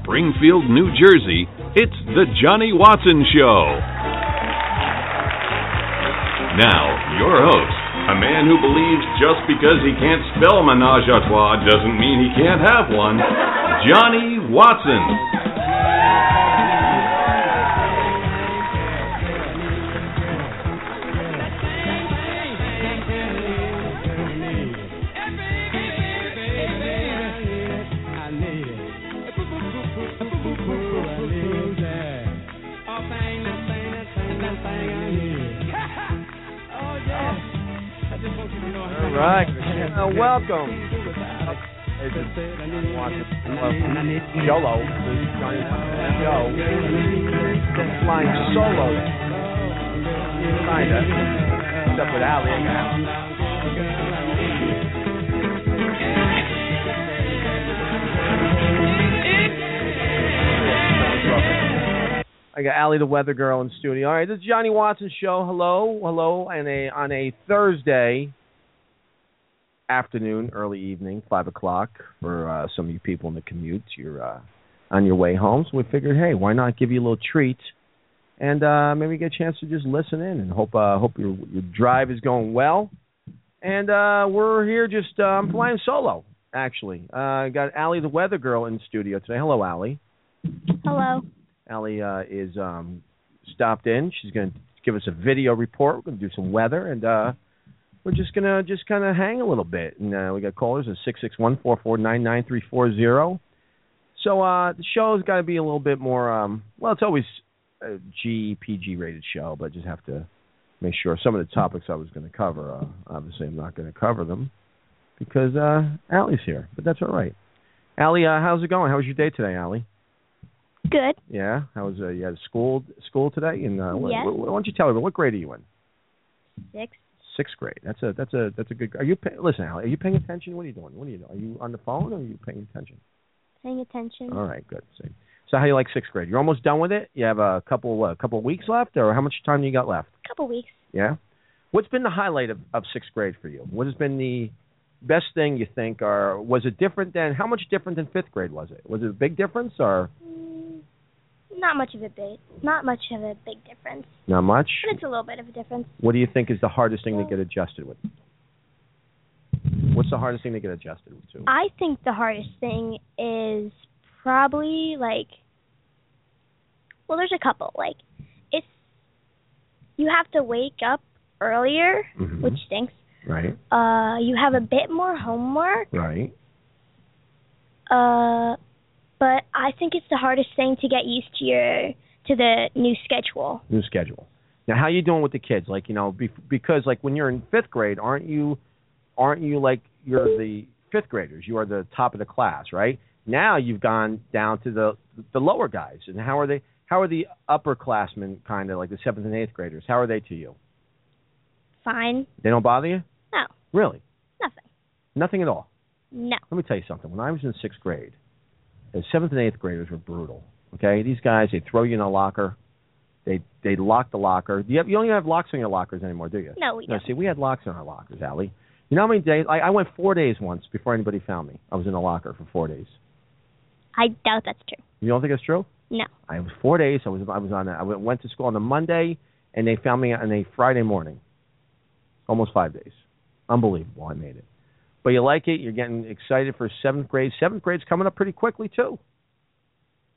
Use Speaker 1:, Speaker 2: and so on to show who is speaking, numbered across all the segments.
Speaker 1: Springfield, New Jersey, it's The Johnny Watson Show. Now, your host, a man who believes just because he can't spell menage a trois doesn't mean he can't have one, Johnny Watson.
Speaker 2: All right. Uh, welcome. It's Yolo. Yo. Flying solo. Kinda. Except with Ali now. I got Allie the Weather Girl in studio. All right, this is Johnny Watson show. Hello, hello, and a on a Thursday afternoon, early evening, five o'clock for uh, some of you people in the commute. You're uh, on your way home, so we figured, hey, why not give you a little treat and uh, maybe get a chance to just listen in and hope uh, hope your your drive is going well. And uh, we're here just um, flying solo. Actually, uh, I got Allie the Weather Girl in studio today. Hello, Allie.
Speaker 3: Hello.
Speaker 2: Allie uh, is um, stopped in. She's going to give us a video report. We're going to do some weather, and uh, we're just going to just kind of hang a little bit. And uh, we got callers at six six one four four nine nine three four zero. So uh, the show's got to be a little bit more. Um, well, it's always a G PG rated show, but I just have to make sure some of the topics I was going to cover. Uh, obviously, I'm not going to cover them because uh, Allie's here, but that's all right. Allie, uh, how's it going? How was your day today, Allie?
Speaker 3: Good.
Speaker 2: Yeah. How was uh, you had school school today? And uh, wh-
Speaker 3: Yeah.
Speaker 2: wh- why don't you tell everyone what grade are you in?
Speaker 3: Six.
Speaker 2: Sixth grade. That's a that's a that's a good. Are you pay, listen, Al? Are you paying attention? What are you doing? What are you doing? Are you on the phone or are you paying attention?
Speaker 3: Paying attention.
Speaker 2: All right, good. So, so how you like sixth grade? You're almost done with it. You have a couple a couple weeks left, or how much time you got left?
Speaker 3: couple weeks.
Speaker 2: Yeah. What's been the highlight of, of sixth grade for you? What has been the best thing you think? Or was it different than how much different than fifth grade was it? Was it a big difference or
Speaker 3: Mm, not much of a big. Not much of a big difference.
Speaker 2: not much?
Speaker 3: But it's a little bit of a difference.
Speaker 2: What do you think is the hardest thing to get adjusted with? What's the hardest thing to get adjusted to?
Speaker 3: I think the hardest thing is probably like. Well, there's a couple. Like, it's you have to wake up earlier,
Speaker 2: Mhm.
Speaker 3: which stinks.
Speaker 2: Right,
Speaker 3: Uh, you have a bit more homework.
Speaker 2: right.
Speaker 3: Uh, but I think it's the hardest thing to get used to your to the new schedule.
Speaker 2: New schedule. Now, how you doing with the kids? Like, you know, bef- because like when you're in fifth grade, aren't you, aren't you like you're the fifth graders? You are the top of the class, right? Now you've gone down to the the lower guys, and how are they? How are the upperclassmen kind of like the seventh and eighth graders? How are they to you?
Speaker 3: Fine.
Speaker 2: They don't bother you?
Speaker 3: No.
Speaker 2: Really?
Speaker 3: Nothing.
Speaker 2: Nothing at all.
Speaker 3: No.
Speaker 2: let me tell you something. When I was in sixth grade, the seventh and eighth graders were brutal. Okay, these guys they throw you in a locker, they they lock the locker. Do You, have, you don't even have locks on your lockers anymore, do you?
Speaker 3: No, we
Speaker 2: No,
Speaker 3: don't.
Speaker 2: see, we had locks on our lockers, Allie. You know how many days? I, I went four days once before anybody found me. I was in a locker for four days.
Speaker 3: I doubt that's true.
Speaker 2: You don't think it's true?
Speaker 3: No.
Speaker 2: I was four days. I was I was on. A, I went, went to school on a Monday, and they found me on a Friday morning. Almost five days. Unbelievable. I made it. But you like it. You're getting excited for seventh grade. Seventh grade's coming up pretty quickly too.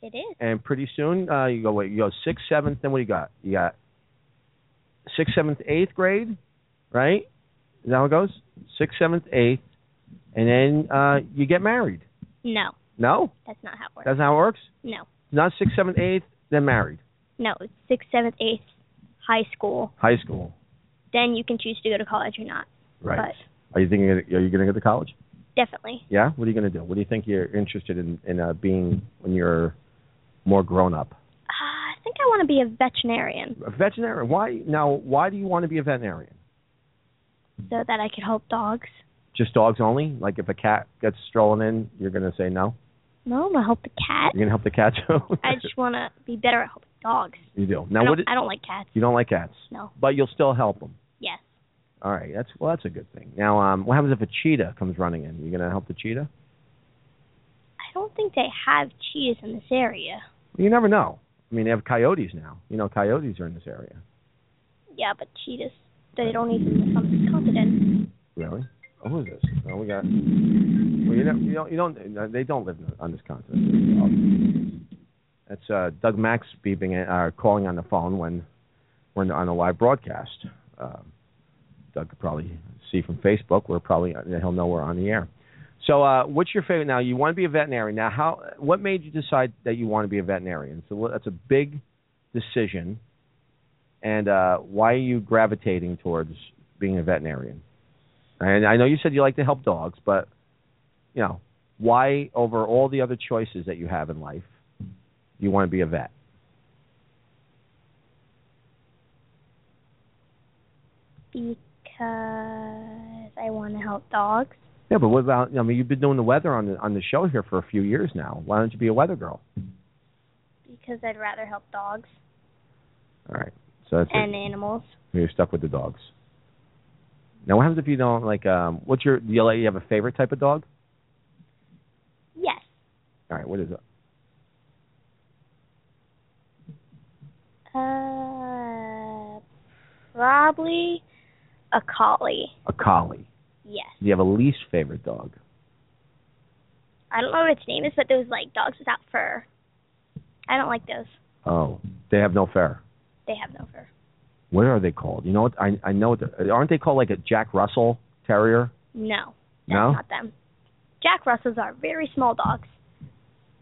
Speaker 3: It is.
Speaker 2: And pretty soon, uh, you go wait, you go sixth, seventh. Then what do you got? You got sixth, seventh, eighth grade, right? Is that how it goes? Sixth, seventh, eighth, and then uh, you get married.
Speaker 3: No,
Speaker 2: No,
Speaker 3: that's not how it works.
Speaker 2: that's how it works.
Speaker 3: no,
Speaker 2: Not sixth, seventh, eighth, then married.
Speaker 3: no. It's sixth, seventh, eighth, high school.
Speaker 2: High school,
Speaker 3: Then you can choose to go to college or not.
Speaker 2: right? Are you thinking? Are you going to go to college?
Speaker 3: Definitely.
Speaker 2: Yeah. What are you going to do? What do you think you're interested in in uh, being when you're more grown up?
Speaker 3: Uh, I think I want to be a veterinarian
Speaker 2: A veterinarian. Why now? Why do you want to be a veterinarian?
Speaker 3: so that I could help dogs.
Speaker 2: Just dogs only? Like if a cat gets strolling in, you're going to say no?
Speaker 3: No, I'm gonna help the cat.
Speaker 2: You're going to help the cat too?
Speaker 3: I just want to be better at helping dogs.
Speaker 2: you do.
Speaker 3: I
Speaker 2: Now
Speaker 3: don't,
Speaker 2: what? It,
Speaker 3: I don't like cats.
Speaker 2: you don't like cats,
Speaker 3: No.
Speaker 2: but you'll still help them.
Speaker 3: Yes.
Speaker 2: All right. That's well. That's a good thing. Now, um, what happens if a cheetah comes running in? You going to help the cheetah?
Speaker 3: I don't think they have cheetahs in this area.
Speaker 2: You never know. I mean, they have coyotes now. You know, coyotes are in this area.
Speaker 3: Yeah, but cheetahs, they don't even live on this continent.
Speaker 2: Really? Oh, who is this? Oh, we got. Well, you don't. You don't. You don't uh, they don't live on this continent. That's uh, Doug Max beeping in- uh, calling on the phone when we're on a live broadcast. Um, Doug could probably see from Facebook. We're probably uh, he'll know we're on the air. So, uh, what's your favorite? Now, you want to be a veterinarian. Now, how? What made you decide that you want to be a veterinarian? So what- that's a big decision. And uh, why are you gravitating towards being a veterinarian? And I know you said you like to help dogs, but you know, why over all the other choices that you have in life, you want to be a vet?
Speaker 3: Because I want to help dogs.
Speaker 2: Yeah, but what about? I mean, you've been doing the weather on the on the show here for a few years now. Why don't you be a weather girl?
Speaker 3: Because I'd rather help dogs
Speaker 2: All right, so that's
Speaker 3: and animals.
Speaker 2: it. you're stuck with the dogs. Now, what happens if you don't like? Um, what's your? Do you, like, you have a favorite type of dog?
Speaker 3: Yes.
Speaker 2: All right, what is it?
Speaker 3: Uh, probably a collie.
Speaker 2: A collie.
Speaker 3: Yes.
Speaker 2: Do you have a least favorite dog?
Speaker 3: I don't know what its name is, but those like dogs without fur. I don't like those.
Speaker 2: Oh, they have no fur.
Speaker 3: They have no fur.
Speaker 2: What are they called? You know what? I I know what. they're- Aren't they called like a Jack Russell Terrier?
Speaker 3: No. That's
Speaker 2: No?
Speaker 3: not them. Jack Russells are very small dogs.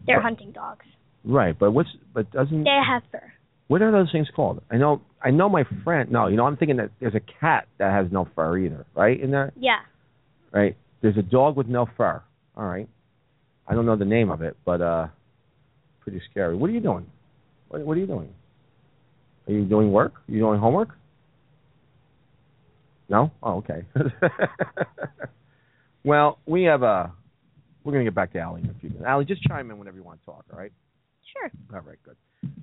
Speaker 3: They're hunting dogs.
Speaker 2: Right, but what's but doesn't
Speaker 3: They have fur.
Speaker 2: what are those things called? I know I know my friend. No, you know I'm thinking that there's a cat that has no fur either, right? In there,
Speaker 3: Yeah.
Speaker 2: right? There's a dog with no fur. All right, I don't know the name of it, but uh, pretty scary. What are you doing? What, what are you doing? Are you doing work? Are you doing homework? No. Oh, okay. well, we have a. We're gonna get back to Allie in a few minutes. Allie, just chime in whenever you want to talk. All right.
Speaker 3: Sure.
Speaker 2: All right, good.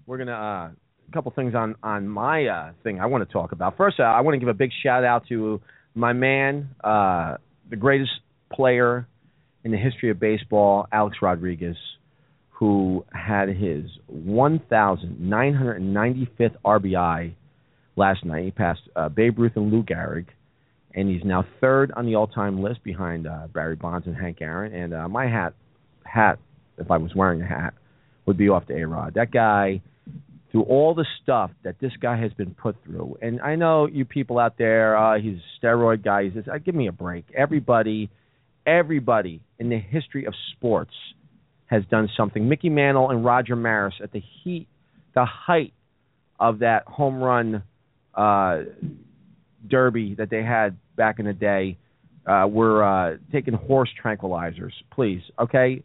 Speaker 2: We're gonna uh, a couple things on on my uh, thing I want to talk about. First, uh, I want to give a big shout out to my man, uh, the greatest player in the history of baseball, Alex Rodriguez, who had his 1,995th RBI last night. He passed uh, Babe Ruth and Lou Gehrig. And he's now third on the all-time list behind uh, Barry Bonds and Hank Aaron. And uh, my hat, hat, if I was wearing a hat, would be off to A Rod. That guy, through all the stuff that this guy has been put through, and I know you people out there, uh, he's a steroid guy. He's this. Uh, give me a break. Everybody, everybody in the history of sports has done something. Mickey Mantle and Roger Maris at the heat, the height of that home run uh, derby that they had back in the day. Uh, were uh, taking horse tranquilizers, please. Okay,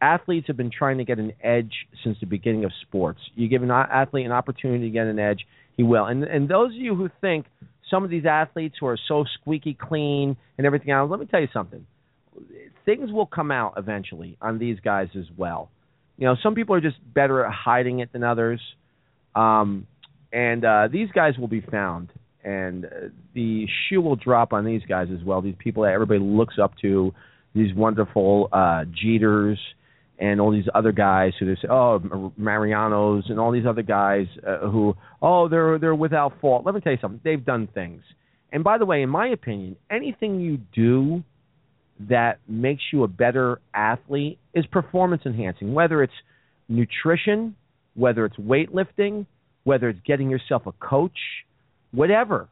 Speaker 2: athletes have been trying to get an edge since the beginning of sports. You give an a- athlete an opportunity to get an edge, he will. And and those of you who think some of these athletes who are so squeaky clean and everything else, let me tell you something. Things will come out eventually on these guys as well. You know, some people are just better at hiding it than others. Um, and uh, these guys will be found, and uh, the shoe will drop on these guys as well. These people that everybody looks up to, these wonderful uh, Jeters and all these other guys who they say, oh, Mar- Marianos and all these other guys uh, who, oh, they're they're without fault. Let me tell you something. They've done things. And by the way, in my opinion, anything you do that makes you a better athlete is performance enhancing, whether it's nutrition, whether it's weightlifting, whether it's getting yourself a coach, whatever.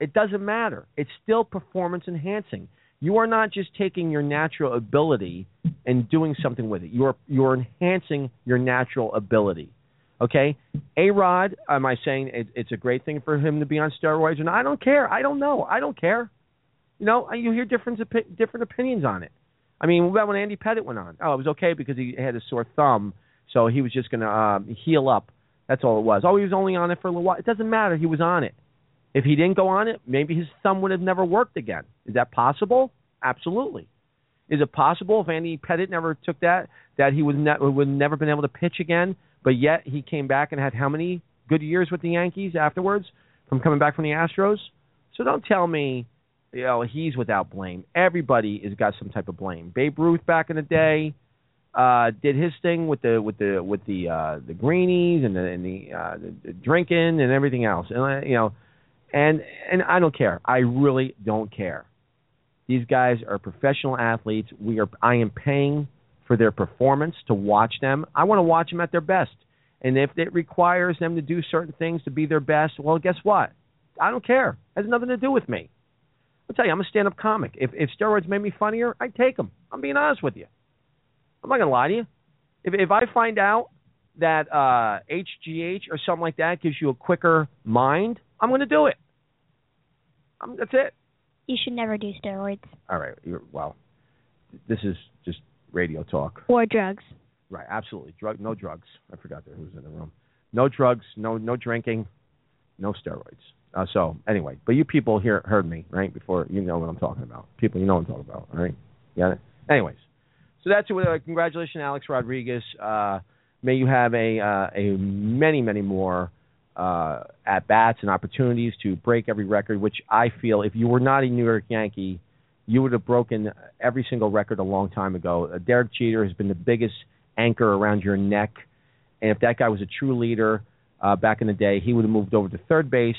Speaker 2: It doesn't matter. It's still performance enhancing. You are not just taking your natural ability and doing something with it. You're you're enhancing your natural ability. Okay, A Rod, am I saying it, it's a great thing for him to be on steroids? And I don't care. I don't know. I don't care. You know, you hear different opi- different opinions on it. I mean, what about when Andy Pettit went on? Oh, it was okay because he had a sore thumb, so he was just going to um, heal up. That's all it was. Oh, he was only on it for a little while. It doesn't matter. He was on it. If he didn't go on it, maybe his thumb would have never worked again. Is that possible? Absolutely. Is it possible if Andy Pettit never took that that he would ne- would never been able to pitch again? But yet he came back and had how many good years with the Yankees afterwards from coming back from the Astros? So don't tell me you know, he's without blame. Everybody has got some type of blame. Babe Ruth back in the day uh, did his thing with the with the with the uh, the greenies and the and the, uh, the, the drinking and everything else, and uh, you know, and and I don't care. I really don't care. These guys are professional athletes. We are. I am paying for their performance to watch them. I want to watch them at their best. And if it requires them to do certain things to be their best, well, guess what? I don't care. It has nothing to do with me. I'll tell you, I'm a stand up comic. If, if steroids made me funnier, I'd take them. I'm being honest with you. I'm not going to lie to you. If, if I find out that uh, HGH or something like that gives you a quicker mind, I'm going to do it. I'm, that's it.
Speaker 3: You should never do steroids
Speaker 2: All right. You're, well, this is just radio talk.
Speaker 3: or drugs.
Speaker 2: Right, absolutely. Drug, no drugs. I forgot there who was in the room. No drugs, no no drinking, no steroids. Uh, so anyway, but you people here heard me right before. You know what I'm talking about. People, you know what I'm talking about. All right, got it. Anyways, so that's it. Uh, congratulations, Alex Rodriguez. Uh, may you have a uh, a many many more uh, at bats and opportunities to break every record. Which I feel, if you were not a New York Yankee, you would have broken every single record a long time ago. Uh, Derek Jeter has been the biggest anchor around your neck. And if that guy was a true leader uh, back in the day, he would have moved over to third base,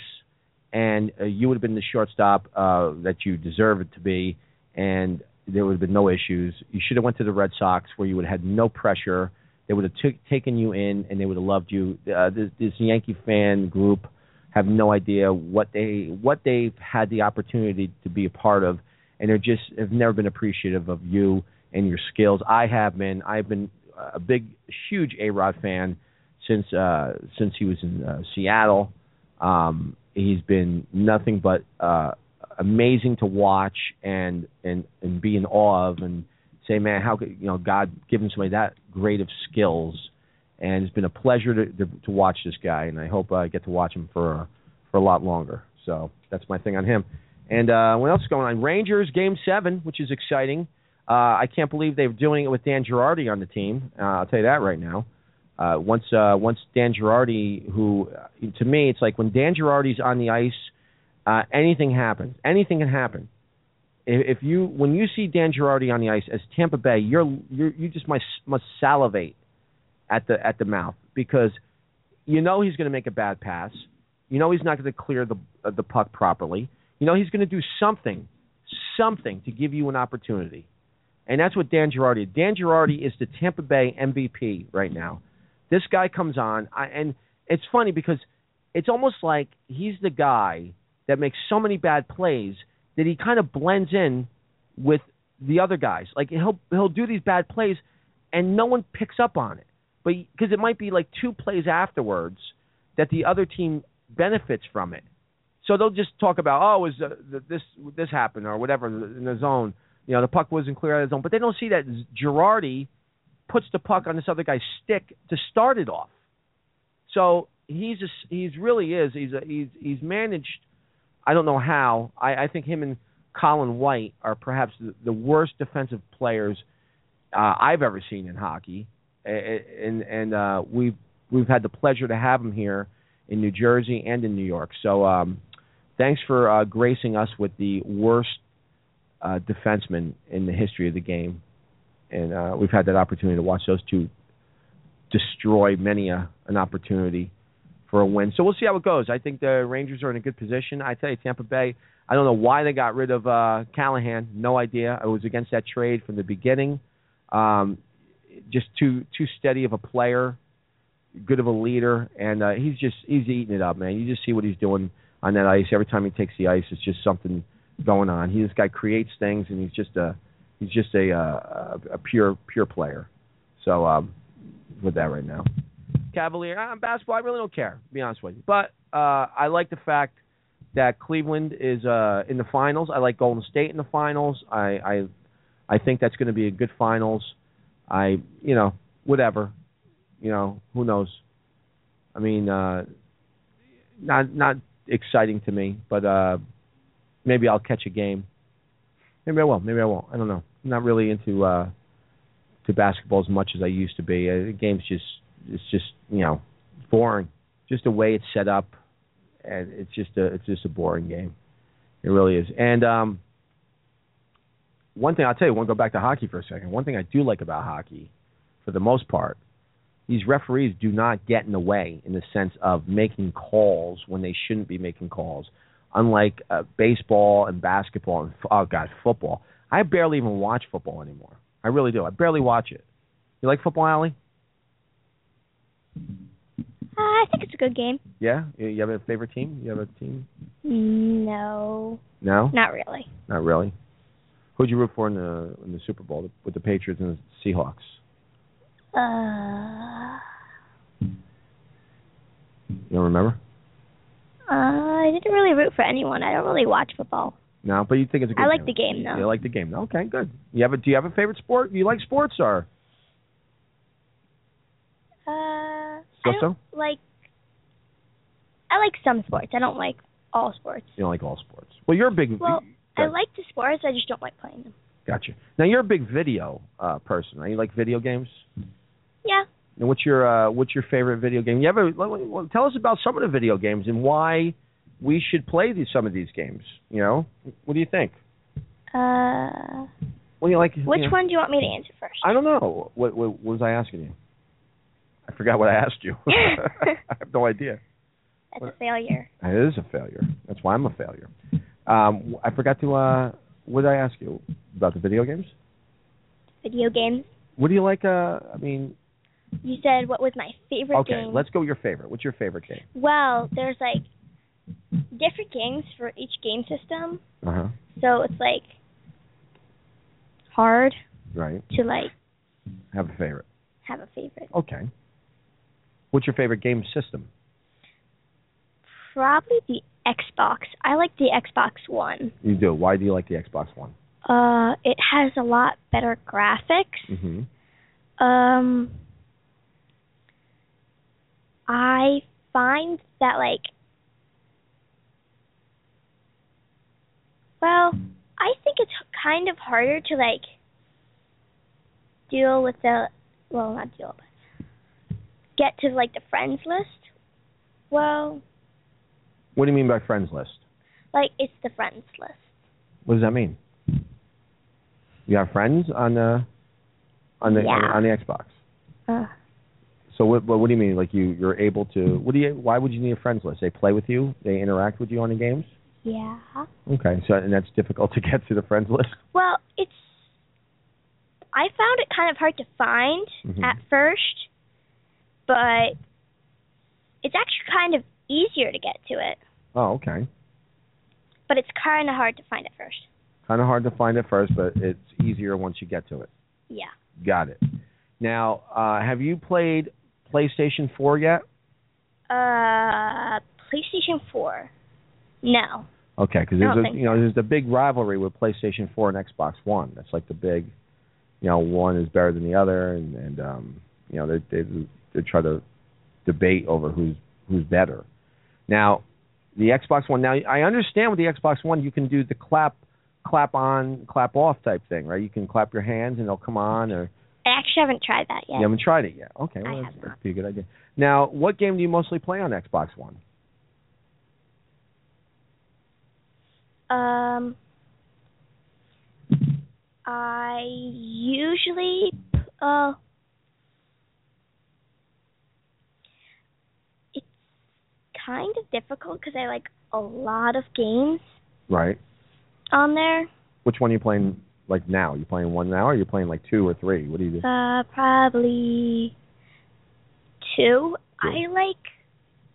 Speaker 2: and uh, you would have been the shortstop uh, that you deserve it to be, and there would have been no issues. You should have went to the Red Sox, where you would have had no pressure. They would have took taken you in, and they would have loved you. Uh, this, this Yankee fan group have no idea what they what they've had the opportunity to be a part of, and they're just have never been appreciative of you and your skills. I have been. I've been a big, huge A Rod fan since uh, since he was in uh, Seattle. Um, he's been nothing but uh, amazing to watch and and and be in awe of and say, man, how could you know God giving somebody that great of skills? And it's been a pleasure to to, to watch this guy, and I hope uh, I get to watch him for uh, for a lot longer. So that's my thing on him. And uh, what else is going on? Rangers game seven, which is exciting. Uh, I can't believe they're doing it with Dan Girardi on the team. Uh, I'll tell you that right now. Uh, once uh, once Dan Girardi, who uh, to me it's like when Dan Girardi's on the ice, uh, anything happens. Anything can happen. If, if you when you see Dan Girardi on the ice as Tampa Bay, you're, you're you just must must salivate at the at the mouth because you know he's going to make a bad pass. You know he's not going to clear the uh, the puck properly. You know he's going to do something, something to give you an opportunity. And that's what Dan Girardi. is. Dan Girardi is the Tampa Bay MVP right now. This guy comes on, I, and it's funny because it's almost like he's the guy that makes so many bad plays that he kind of blends in with the other guys. Like he'll he'll do these bad plays, and no one picks up on it, but because it might be like two plays afterwards that the other team benefits from it. So they'll just talk about, oh, is uh, th- this this happened or whatever in the zone. You know, the puck wasn't clear out of the zone, but they don't see that Girardi puts the puck on this other guy's stick to start it off. So he's a, he's really is he's a, he's he's managed. I don't know how. I, I think him and Colin White are perhaps the, the worst defensive players uh, I've ever seen in hockey, A- a- and and uh, we've we've had the pleasure to have him here in New Jersey and in New York. So um, thanks for uh, gracing us with the worst uh, defenseman in the history of the game, and uh, we've had that opportunity to watch those two destroy many a, an opportunity for a win. So we'll see how it goes. I think the Rangers are in a good position. I tell you, Tampa Bay. I don't know why they got rid of uh, Callahan. No idea. I was against that trade from the beginning. Um, just too too steady of a player, good of a leader, and uh, he's just he's eating it up, man. You just see what he's doing on that ice. Every time he takes the ice, it's just something going on. He this guy creates things, and he's just a he's just a uh, a, a pure pure player. So um, with that right now, Cavalier uh, basketball. I really don't care, to be honest with you. But uh, I like the fact that Cleveland is uh, in the finals. I like Golden State in the finals. I I, I think that's going to be a good finals. I you know whatever, you know who knows. I mean, uh, not not exciting to me, but uh, maybe I'll catch a game. Maybe I will. Maybe I won't. I don't know. I'm not really into uh, to basketball as much as I used to be. Uh, the game's just it's just you know boring. Just the way it's set up, and it's just a it's just a boring game. It really is. And um, one thing I'll tell you, I want to go back to hockey for a second. One thing I do like about hockey, for the most part, these referees do not get in the way in the sense of making calls when they shouldn't be making calls. Unlike uh, baseball and basketball and f- oh god, football. I barely even watch football anymore. I really do. I barely watch it. You like football, Allie?
Speaker 3: Uh, I think it's a good game.
Speaker 2: Yeah. You you have a favorite team? You have a team?
Speaker 3: No,
Speaker 2: No.
Speaker 3: not really.
Speaker 2: Not really. Who'd you root for in the in the Super Bowl with the Patriots and the Seahawks?
Speaker 3: Uh,
Speaker 2: You don't remember?
Speaker 3: uh, I didn't really root for anyone. I don't really watch football.
Speaker 2: No, but you think it's a good.
Speaker 3: I like the game
Speaker 2: You
Speaker 3: though.
Speaker 2: like the game. Okay, good. You have a Do you have a favorite sport? You like sports or?
Speaker 3: Uh, I
Speaker 2: So,
Speaker 3: don't like. I like some sports. I don't like all sports.
Speaker 2: You don't like all sports. Well, you're a big.
Speaker 3: Well, I
Speaker 2: Good.
Speaker 3: like the sports. I just don't like playing them.
Speaker 2: Gotcha. Now you're a big video uh, person. Right? You like video games.
Speaker 3: Yeah.
Speaker 2: And what's your uh, what's your favorite video game? You have a, let- let- well, tell us about some of the video games and why we should play these some of these games. You know, what do you think?
Speaker 3: Uh,
Speaker 2: What do you like?
Speaker 3: which
Speaker 2: you know?
Speaker 3: one do you want me to answer first?
Speaker 2: I don't know. What, what, what was I asking you? I forgot what I asked you. I have no idea.
Speaker 3: That's a failure.
Speaker 2: It is a failure. That's why I'm a failure. Um, I forgot to. Uh, what did I ask you about the video games?
Speaker 3: Video games.
Speaker 2: What do you like? Uh, I mean,
Speaker 3: You said what was my favorite
Speaker 2: okay,
Speaker 3: game?
Speaker 2: let's go with your favorite. What's your favorite game?
Speaker 3: Well, there's like different games for each game system,
Speaker 2: Uh huh.
Speaker 3: so it's like hard
Speaker 2: Right.
Speaker 3: to like
Speaker 2: Have a favorite.
Speaker 3: have a favorite.
Speaker 2: Okay. What's your favorite game system?
Speaker 3: Probably the Xbox. I like the Xbox One.
Speaker 2: You do. Why do you like the Xbox One?
Speaker 3: Uh, it has a lot better graphics.
Speaker 2: Mm-hmm.
Speaker 3: Um, I find that like, well, I think it's kind of harder to like deal with the well, not deal, but get to like the friends list. Well,
Speaker 2: What do you mean by friends list?
Speaker 3: like it's the friends list.
Speaker 2: What does that mean? You have friends on the on the
Speaker 3: Yeah.
Speaker 2: on the Xbox.
Speaker 3: Uh,
Speaker 2: So what, what what do you mean? Like you you're able to? What do you? Why would you need a friends list? They play with you. They interact with you on the games.
Speaker 3: yeah.
Speaker 2: Okay, so and that's difficult to get to the friends list.
Speaker 3: Well, it's. I found it kind of hard to find
Speaker 2: Mhm.
Speaker 3: at first, but it's actually kind of easier to get to it.
Speaker 2: Oh, okay.
Speaker 3: But it's kind of hard to find at first.
Speaker 2: Kind of hard to find at first, but it's easier once you get to it.
Speaker 3: Yeah.
Speaker 2: Got it. Now, uh, have you played PlayStation 4 yet?
Speaker 3: Uh, PlayStation 4. No.
Speaker 2: Okay, because
Speaker 3: I don't
Speaker 2: there's a
Speaker 3: think
Speaker 2: you know there's the big rivalry with PlayStation 4 and Xbox One. That's like the big, you know, one is better than the other, and and um, you know they they they try to debate over who's who's better. Now, the Xbox One. Now I understand with the Xbox One you can do the clap clap on clap off type thing, right? You can clap your hands and they'll come on, or
Speaker 3: I actually haven't tried that yet.
Speaker 2: you haven't tried it yet. Okay,
Speaker 3: I
Speaker 2: well,
Speaker 3: have
Speaker 2: that's,
Speaker 3: not.
Speaker 2: that'd be a good idea. Now, what game do you mostly play on Xbox One?
Speaker 3: Um, I usually uh, it's kind of difficult because I like a lot of games
Speaker 2: Right.
Speaker 3: on there.
Speaker 2: Which one are you playing? Like now, you playing one now, or you playing like two or three? What do you do?
Speaker 3: Uh, probably two. I like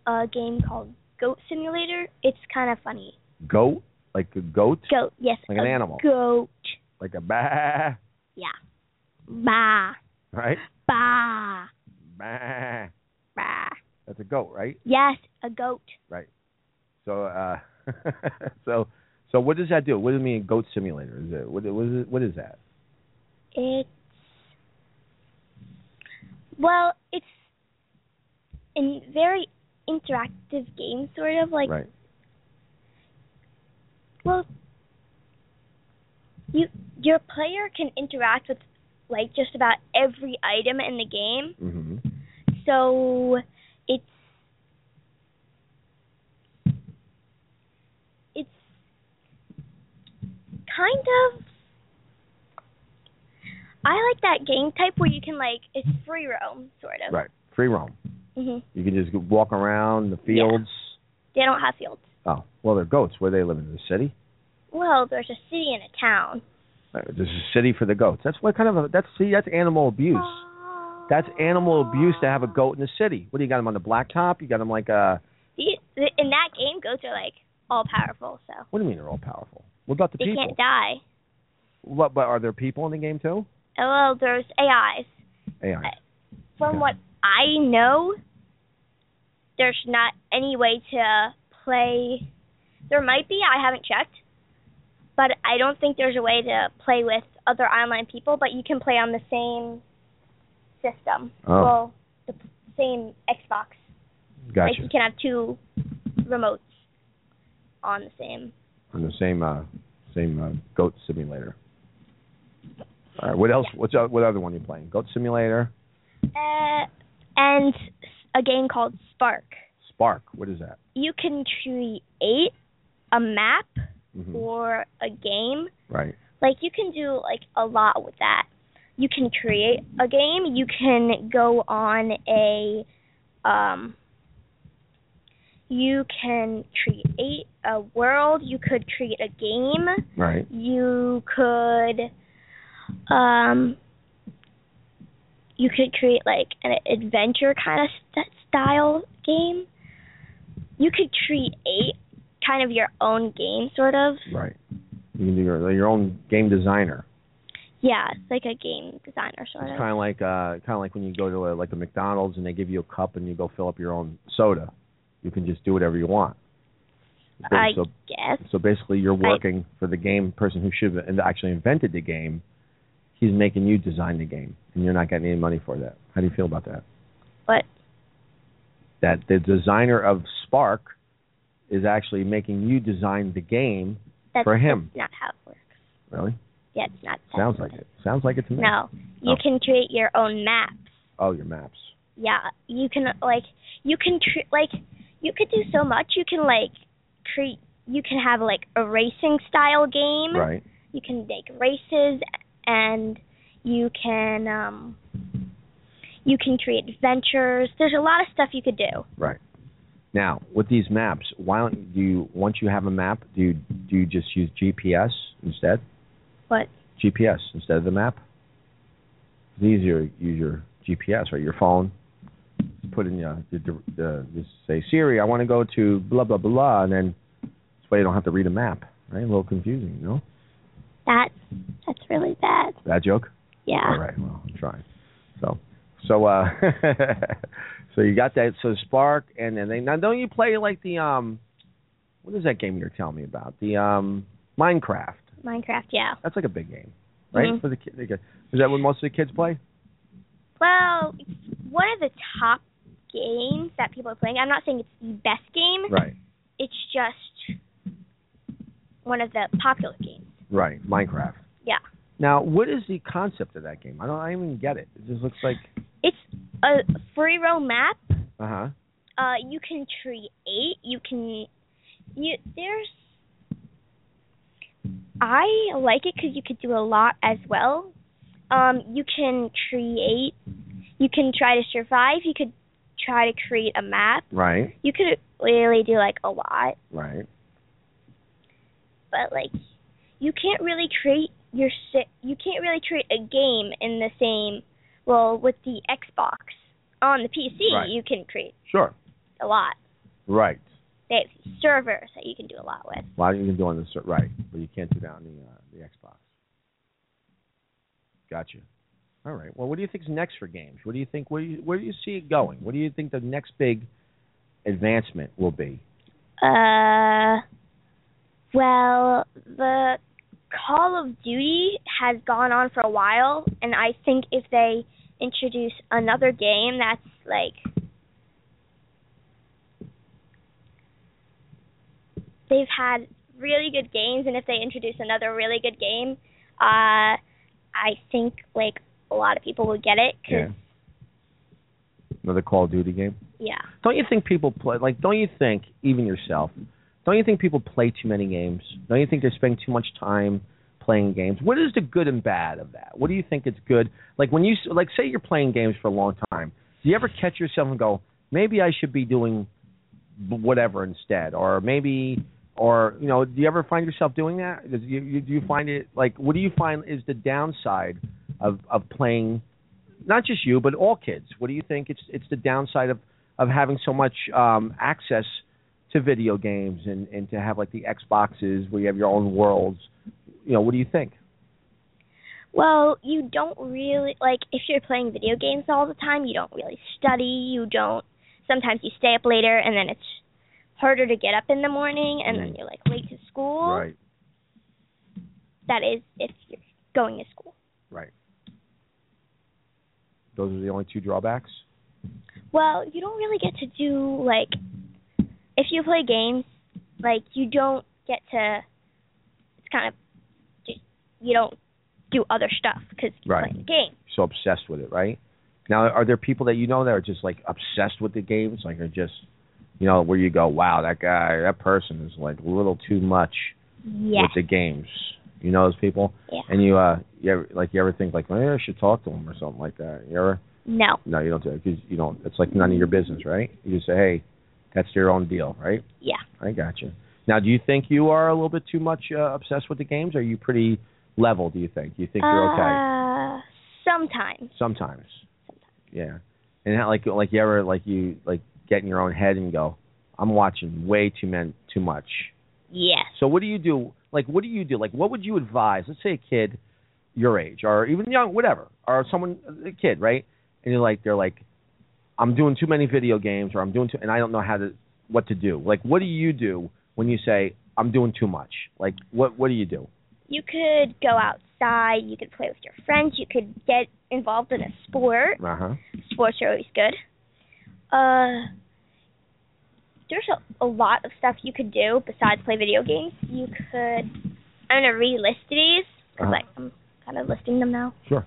Speaker 3: a game called Goat Simulator, it's kind of funny.
Speaker 2: Goat, like a goat,
Speaker 3: Goat, yes.
Speaker 2: Like an
Speaker 3: a
Speaker 2: animal.
Speaker 3: Goat.
Speaker 2: like a bah,
Speaker 3: Yeah. Bah.
Speaker 2: right?
Speaker 3: Bah.
Speaker 2: Bah.
Speaker 3: Bah.
Speaker 2: That's a goat, right?
Speaker 3: Yes, a goat.
Speaker 2: So, uh, so, so what does that do? What does it mean? Goat simulator? Is it what? What is, it, what is that?
Speaker 3: It's well, it's in very interactive game, sort of like
Speaker 2: right.
Speaker 3: well, you your player can interact with like just about every item in the game,
Speaker 2: hmm
Speaker 3: so it's it's kind of I like that game type where you can like it's free roam sort of.
Speaker 2: Right. Free roam.
Speaker 3: hmm
Speaker 2: You can just walk around the
Speaker 3: Yeah.
Speaker 2: fields.
Speaker 3: They don't have fields.
Speaker 2: Oh, well, they're goats. Where they live in the city.
Speaker 3: Well, there's a city and a town.
Speaker 2: Uh, There's a city for the goats. That's what kind of a, that's see that's animal abuse. That's animal abuse to have a goat in the city. What do you got them on the blacktop? You got them like uh
Speaker 3: The- the- In that game, goats are like all powerful, so
Speaker 2: what do you mean they're all powerful? What about the
Speaker 3: they
Speaker 2: people?
Speaker 3: can't die.
Speaker 2: What, but are there people in the game too?
Speaker 3: Oh, well, there's AIs.
Speaker 2: AI.
Speaker 3: From
Speaker 2: Okay.
Speaker 3: what I know, there's not any way to play. There might be, I haven't checked, but I don't think there's a way to play with other online people. But you can play on the same system.
Speaker 2: Oh.
Speaker 3: Well, the p- same Xbox. Like
Speaker 2: Gotcha.
Speaker 3: you can have two remotes on the same.
Speaker 2: On the same uh same uh, goat simulator. All right. What else? What's o- what other one you playing? Goat simulator.
Speaker 3: Uh, and s- a game called Spark.
Speaker 2: Spark. What is that?
Speaker 3: You can create a map
Speaker 2: Mhm.
Speaker 3: or a game.
Speaker 2: Right.
Speaker 3: Like you can do like a lot with that. You can create a game. You can go on a um you can create a world. You could create a game.
Speaker 2: Right.
Speaker 3: you could um you could create like an adventure kind of st- style game you could create kind of your own game sort of
Speaker 2: Right. You can do your your own game designer.
Speaker 3: yeah it's like a game designer sort
Speaker 2: It's
Speaker 3: of
Speaker 2: kind of like uh, kind of like when you go to a, like a McDonald's and they give you a cup and you go fill up your own soda. You can just do whatever you want. So-
Speaker 3: i
Speaker 2: so,
Speaker 3: guess
Speaker 2: so basically, you're working for the game person who should have actually invented the game. He's making you design the game, and you're not getting any money for that. How do you feel about that?
Speaker 3: but
Speaker 2: That the designer of Spark is actually making you design the game
Speaker 3: that's
Speaker 2: for him.
Speaker 3: not how it works
Speaker 2: Really?
Speaker 3: yeah it's not that's
Speaker 2: Sounds
Speaker 3: not
Speaker 2: like it. Sounds like it to me.
Speaker 3: no you
Speaker 2: Oh.
Speaker 3: can create your own maps
Speaker 2: Oh, your maps.
Speaker 3: yeah you can like you can tr- like you could do so much you can like create you can have like a racing style game
Speaker 2: Right.
Speaker 3: you can make races and you can um you can create adventures there's a lot of stuff you could do
Speaker 2: Right. Now, with these maps, why don't do you once you have a map, do you do you just use GPS instead?
Speaker 3: but
Speaker 2: GPS instead of the map? It's easier to use your GPS, right? Your phone. Put in your, the, the, the just say Siri, I want to go to blah blah blah, and then this way you don't have to read a map. Right? A little confusing, you know?
Speaker 3: that that's really bad
Speaker 2: That joke.
Speaker 3: yeah
Speaker 2: All right. Well, I'm trying. So, so, uh, so you got that. So Spark, and then they now don't you play like the um, what is that game you're telling me about? The um, Minecraft.
Speaker 3: minecraft yeah
Speaker 2: That's like a big game, right?
Speaker 3: Mhm.
Speaker 2: For the kid, is that what most of the kids play?
Speaker 3: well it's one of the top games that people are playing i'm not saying it's the best game
Speaker 2: Right.
Speaker 3: it's just one of the popular games
Speaker 2: Right. Minecraft.
Speaker 3: Yeah.
Speaker 2: Now, what is the concept of that game? I don't. I don't even get it. It just looks like.
Speaker 3: It's a free roam map.
Speaker 2: Uh huh.
Speaker 3: Uh, you can create. You can. You there's. I like it because you could do a lot as well. Um, you can create. You can try to survive. You could try to create a map.
Speaker 2: Right.
Speaker 3: You could really do like a lot,
Speaker 2: Right.
Speaker 3: but like, you can't really create your si- You can't really create a game in the same. Well, with the Xbox on the PC,
Speaker 2: Right.
Speaker 3: you can create
Speaker 2: Sure.
Speaker 3: a lot.
Speaker 2: Right.
Speaker 3: They have servers that you can do a lot with.
Speaker 2: A lot you can do on the ser- right, but you can't do that on the uh, the Xbox. Gotcha. All right. Well, what do you think's next for games? What do you think? Where do you, where do you see it going? What do you think the next big advancement will be?
Speaker 3: Uh, well, the Call of Duty has gone on for a while, and I think if they introduce another game that's like they've had really good games, and if they introduce another really good game, uh, I think like a lot of people would get it. Cause,
Speaker 2: Another Call of Duty game?
Speaker 3: yeah.
Speaker 2: Don't you think people play like? Don't you think even yourself? Don't you think people play too many games? Don't you think they spend too much time playing games? What is the good and bad of that? What do you think is good? Like when you s- like say you're playing games for a long time. Do you ever catch yourself and go, maybe I should be doing b- whatever instead, or maybe, or you know, do you ever find yourself doing that? Does you, you, do you find it like what do you find is the downside of of playing? Not just you, but all kids. What do you think? It's it's the downside of of having so much um, access to video games and, and to have like the Xboxes where you have your own worlds. You know, what do you think?
Speaker 3: Well, you don't really like if you're playing video games all the time, you don't really study, you don't sometimes you stay up later and then it's harder to get up in the morning and then
Speaker 2: Mm.
Speaker 3: you're like late to school. That is if you're going to school.
Speaker 2: right. Those are the only two drawbacks.
Speaker 3: Well, you don't really get to do like if you play games, like you don't get to it's kind of you- you don't do other stuff cuz you're
Speaker 2: Right.
Speaker 3: playing the game.
Speaker 2: So obsessed with it, right? Now, are there people that you know that are just like obsessed with the games, like are just, you know, where you go, wow, that guy, that person is like a little too much
Speaker 3: Yeah.
Speaker 2: with the games. You know those people,
Speaker 3: Yeah.
Speaker 2: and you, uh, you ever, like you ever think like, maybe I should talk to him or something like that. You ever?
Speaker 3: No.
Speaker 2: No, you don't do it because you don't. It's like none of your business, right? You just say, hey, that's their own deal, right?
Speaker 3: Yeah.
Speaker 2: I got you. Now, do you think you are a little bit too much uh, obsessed with the games? Or are you pretty level? Do you think? You think you're okay?
Speaker 3: Uh, sometimes.
Speaker 2: Sometimes. Yeah. And how, like like you ever like you like get in your own head and go, I'm watching way too men too much.
Speaker 3: Yes.
Speaker 2: So what do you do? Like, what do you do? Like, what would you advise? Let's say a kid your age, or even young, whatever, or someone a kid, right? And you're like, they're like, I'm doing too many video games, or I'm doing too, and I don't know how to what to do. Like, what do you do when you say I'm doing too much? Like, what what do you do?
Speaker 3: You could go outside, you could play with your friends, you could get involved in a sport.
Speaker 2: Uh huh.
Speaker 3: Sports are always good. Uh there's a, a lot of stuff you could do besides play video games. You could I'm gonna relist these. 'cause,
Speaker 2: Uh-huh.
Speaker 3: Like I'm kind of listing them now.
Speaker 2: Sure.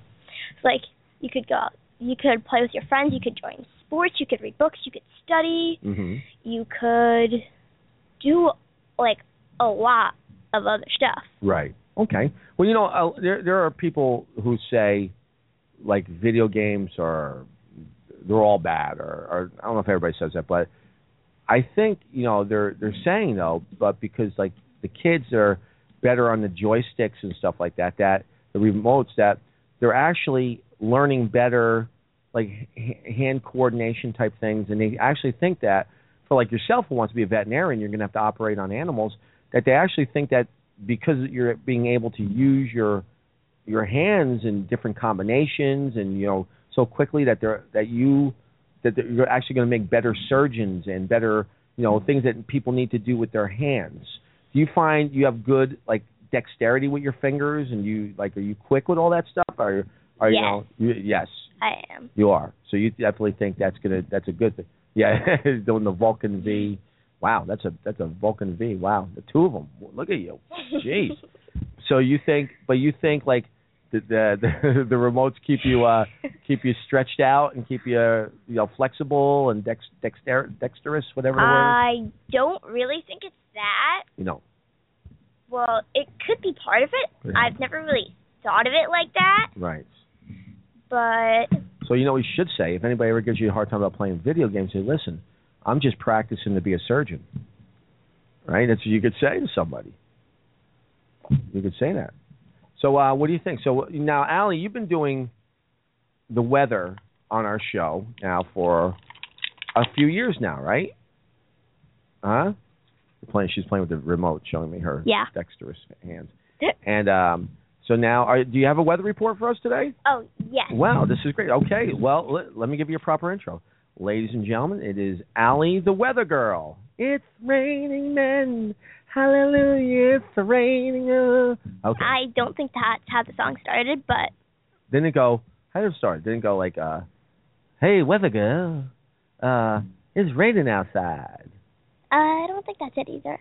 Speaker 3: So, like you could go out, you could play with your friends, you could join sports, you could read books, you could study,
Speaker 2: Mhm.
Speaker 3: you could do like a lot of other stuff.
Speaker 2: Right. Okay. Well, you know, uh, there there are people who say like video games are they're all bad, or, or I don't know if everybody says that, but I think you know they're they're saying though, but because like the kids are better on the joysticks and stuff like that, that the remotes that they're actually learning better like h- hand coordination type things, and they actually think that for like yourself who wants to be a veterinarian, you're going to have to operate on animals. That they actually think that because you're being able to use your your hands in different combinations and you know so quickly that they're that you that they're- you're actually going to make better surgeons and better you know things that people need to do with their hands. Do you find you have good like dexterity with your fingers and you like are you quick with all that stuff? Are are you
Speaker 3: Yes.
Speaker 2: know you, yes
Speaker 3: I am.
Speaker 2: you are so you definitely think that's gonna that's a good thing. Yeah, doing the Vulcan V. Wow, that's a that's a Vulcan V. Wow, the two of them. Look at you. Jeez. so you think, but you think like the the the, the remotes keep you uh keep you stretched out and keep you uh, you know flexible and dex dexter dexterous whatever the word. is?
Speaker 3: I don't really think it's that.
Speaker 2: You know.
Speaker 3: Well, it could be part of it.
Speaker 2: Yeah.
Speaker 3: I've never really thought of it like that,
Speaker 2: Right.
Speaker 3: but
Speaker 2: So you know what you should say if anybody ever gives you a hard time about playing video games, say, "Listen, I'm just practicing to be a surgeon." Right? That's what you could say to somebody. You could say that. So uh, what do you think? So now, Allie, you've been doing the weather on our show now for a few years now, right? Huh? playing. She's playing with the remote, showing me her
Speaker 3: Yeah.
Speaker 2: dexterous hands. And um, so now, are, do you have a weather report for us today?
Speaker 3: Oh, yes.
Speaker 2: Wow, this is great. Okay, well, let, let me give you a proper intro. Ladies and gentlemen, it is Allie the Weather Girl. It's raining men. Hallelujah, it's raining. uh. Okay.
Speaker 3: I don't think that's how the song started, but
Speaker 2: Didn't it go, how did it start? Didn't it go like, uh, hey, Weather Girl, uh, it's raining outside.
Speaker 3: I don't think that's it either.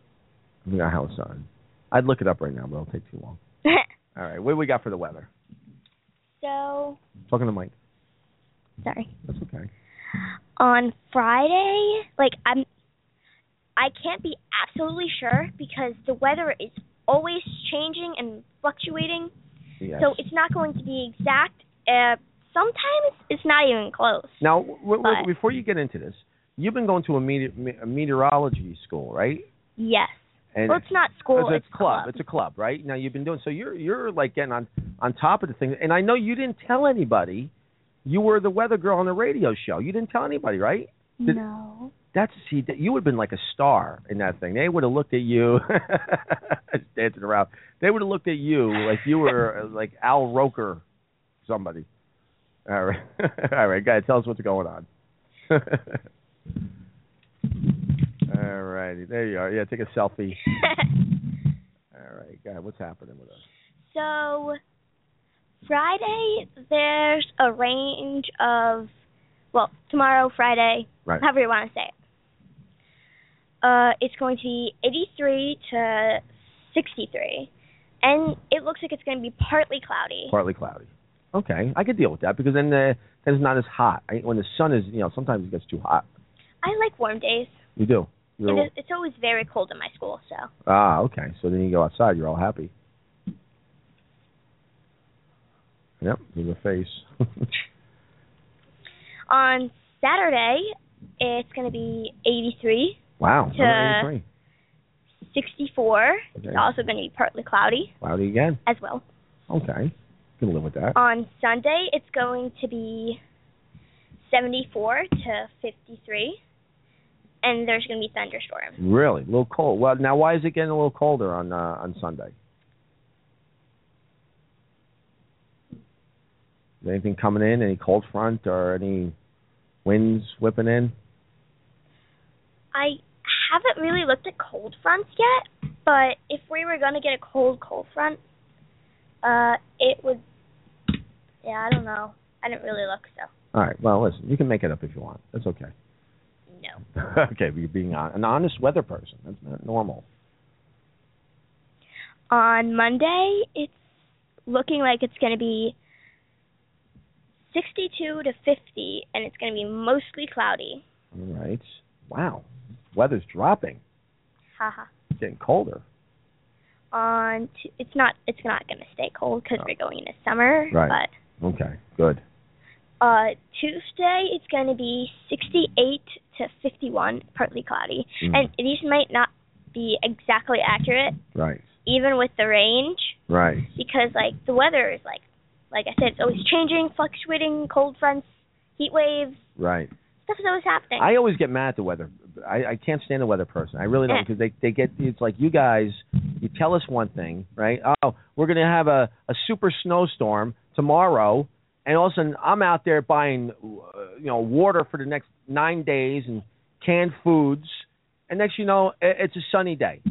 Speaker 2: I mean, our house on. I'd look it up right now, but it'll take too long. All right, what do we got for the weather?
Speaker 3: so,
Speaker 2: Talking to Mike.
Speaker 3: sorry.
Speaker 2: That's okay.
Speaker 3: on Friday, like I'm I can't be absolutely sure because the weather is always changing and fluctuating.
Speaker 2: Yes.
Speaker 3: So it's not going to be exact. Uh sometimes it's not even close.
Speaker 2: Now, w- w-
Speaker 3: But-
Speaker 2: before you get into this, you've been going to a, meteor- me- a meteorology school, right?
Speaker 3: Yes.
Speaker 2: And
Speaker 3: Well, it's not school,
Speaker 2: it's a
Speaker 3: it's club.
Speaker 2: It's a club, right? Now you've been doing so. You're you're like getting on on top of the thing. And I know you didn't tell anybody. You were the weather girl on the radio show. You didn't tell anybody, right? Did-
Speaker 3: no.
Speaker 2: That's see, that you would have been like a star in that thing. They would have looked at you just dancing around. They would have looked at you like you were uh, like Al Roker, somebody. All right, all right, guys, tell us what's going on. all righty, there you are. Yeah, take a selfie. All right, guy, what's happening with us?
Speaker 3: so Friday there's a range of well, tomorrow Friday,
Speaker 2: Right.
Speaker 3: however you want to say it. Uh, it's going to be 83 to 63, and it looks like it's going to be partly cloudy.
Speaker 2: Partly cloudy. Okay, I could deal with that because then the then it's not as hot. I, when the sun is, you know, sometimes it gets too hot.
Speaker 3: I like warm days.
Speaker 2: You do. You
Speaker 3: It is, it's always very cold in my school, so
Speaker 2: Ah, okay. So then you go outside, you're all happy. Yep, in the face.
Speaker 3: on Saturday it's going to be 83,
Speaker 2: wow.
Speaker 3: To-
Speaker 2: another 83.
Speaker 3: 64.
Speaker 2: Okay.
Speaker 3: It's also going to be partly cloudy
Speaker 2: Cloudy again.
Speaker 3: as well.
Speaker 2: Okay. Can live with that.
Speaker 3: On Sunday it's going to be 74 to 53, and there's going to be thunderstorms.
Speaker 2: Really, a little cold. Well, now why is it getting a little colder on uh, on Sunday? Is anything coming in? Any cold front or any winds whipping in?
Speaker 3: I haven't really looked at cold fronts yet, but if we were gonna get a cold cold front, uh, it would. Yeah, I don't know. I didn't really look, so
Speaker 2: All right. Well, listen, you can make it up if you want. That's okay.
Speaker 3: no.
Speaker 2: okay, but you're being hon- an honest weather person. That's not normal.
Speaker 3: On Monday, it's looking like it's gonna be 62 to 50, and it's gonna be mostly cloudy.
Speaker 2: All right. Wow. Weather's dropping.
Speaker 3: Haha.
Speaker 2: It's getting colder.
Speaker 3: On t- it's not it's not gonna stay cold because we're going into summer,
Speaker 2: Right.
Speaker 3: but
Speaker 2: Okay. Good.
Speaker 3: Uh, Tuesday it's going to be 68 to 51, partly cloudy.
Speaker 2: Mm.
Speaker 3: And these might not be exactly accurate,
Speaker 2: Right.
Speaker 3: even with the range,
Speaker 2: Right.
Speaker 3: because like the weather is like, like I said, it's always changing, fluctuating, cold fronts, heat waves,
Speaker 2: Right.
Speaker 3: stuff is always happening.
Speaker 2: I always get mad at the weather. I, I can't stand the weather person. I really don't
Speaker 3: Yeah.
Speaker 2: because they they get it's like you guys. You tell us one thing, right? Oh, we're gonna have a a super snowstorm tomorrow, and all of a sudden I'm out there buying, uh, you know, water for the next nine days and canned foods, and next you know it, it's a sunny day.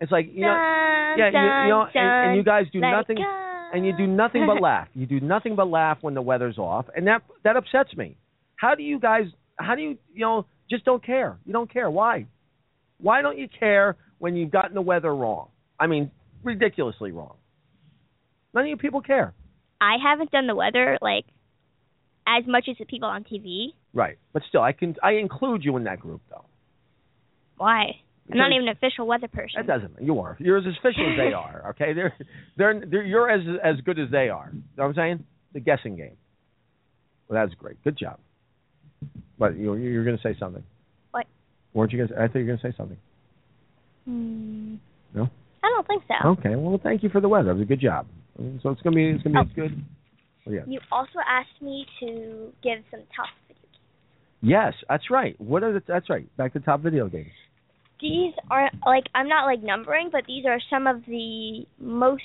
Speaker 2: It's like you know.
Speaker 3: Dun,
Speaker 2: yeah, you- you know,
Speaker 3: dun,
Speaker 2: and- and you guys
Speaker 3: dun,
Speaker 2: do
Speaker 3: let it
Speaker 2: nothing-
Speaker 3: go.
Speaker 2: and you do nothing but laugh. You do nothing but laugh when the weather's off, and that that upsets me. How do you guys? How do you you know just don't care? You don't care. Why? Why don't you care when you've gotten the weather wrong? I mean, ridiculously wrong. None of you people care,
Speaker 3: I haven't done the weather like as much as the people on TV.
Speaker 2: right? But still, I can I include you in that group though.
Speaker 3: Why? I'm not
Speaker 2: Because-
Speaker 3: even an official weatal
Speaker 2: That
Speaker 3: person.
Speaker 2: doesn't. You are. You're as official as they are. Okay. They're they're, they're you're as as good as they are. You know what I'm saying? The guessing game. Well, that's great. Good job. But you you- you're going to say something.
Speaker 3: What?
Speaker 2: Weren't you going? to I thought you were going to say something.
Speaker 3: Hmm.
Speaker 2: No?
Speaker 3: I don't think so.
Speaker 2: Okay. Well, thank you for the weather. It was a good job. So it's going to be it's going to be
Speaker 3: Oh.
Speaker 2: good. Well, yeah.
Speaker 3: You also asked me to give some top video games.
Speaker 2: Yes, that's right. What are the, that's right. Back to top video games.
Speaker 3: these are like I'm not like numbering, but these are some of the most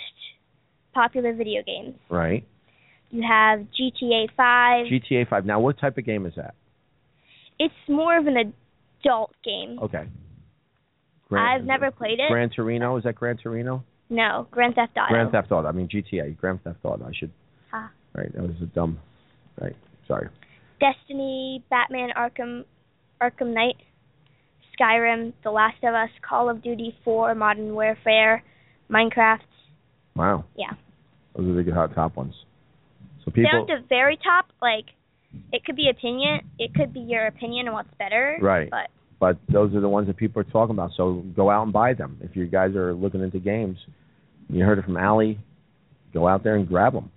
Speaker 3: popular video games.
Speaker 2: Right.
Speaker 3: You have GTA 5.
Speaker 2: GTA Five. Now, what type of game is that?
Speaker 3: it's more of an adult game.
Speaker 2: Okay.
Speaker 3: I've never played it.
Speaker 2: Gran Torino is that Gran Torino?
Speaker 3: no, Grand Theft Auto.
Speaker 2: Grand Theft Auto. I mean GTA. Grand Theft Auto. I should.
Speaker 3: Um, Ah.
Speaker 2: Right. That was a dumb. Right. Sorry.
Speaker 3: Destiny, Batman, Arkham, Arkham Knight, Skyrim, The Last of Us, Call of Duty 4, Modern Warfare, Minecraft.
Speaker 2: Wow.
Speaker 3: Yeah,
Speaker 2: Those are the good hot top ones. So
Speaker 3: down
Speaker 2: people.
Speaker 3: to very top. Like, it could be opinion. It could be your opinion on what's better.
Speaker 2: Right.
Speaker 3: But
Speaker 2: but those are the ones that people are talking about. So go out and buy them. If you guys are looking into games, you heard it from Allie, go out there and grab them.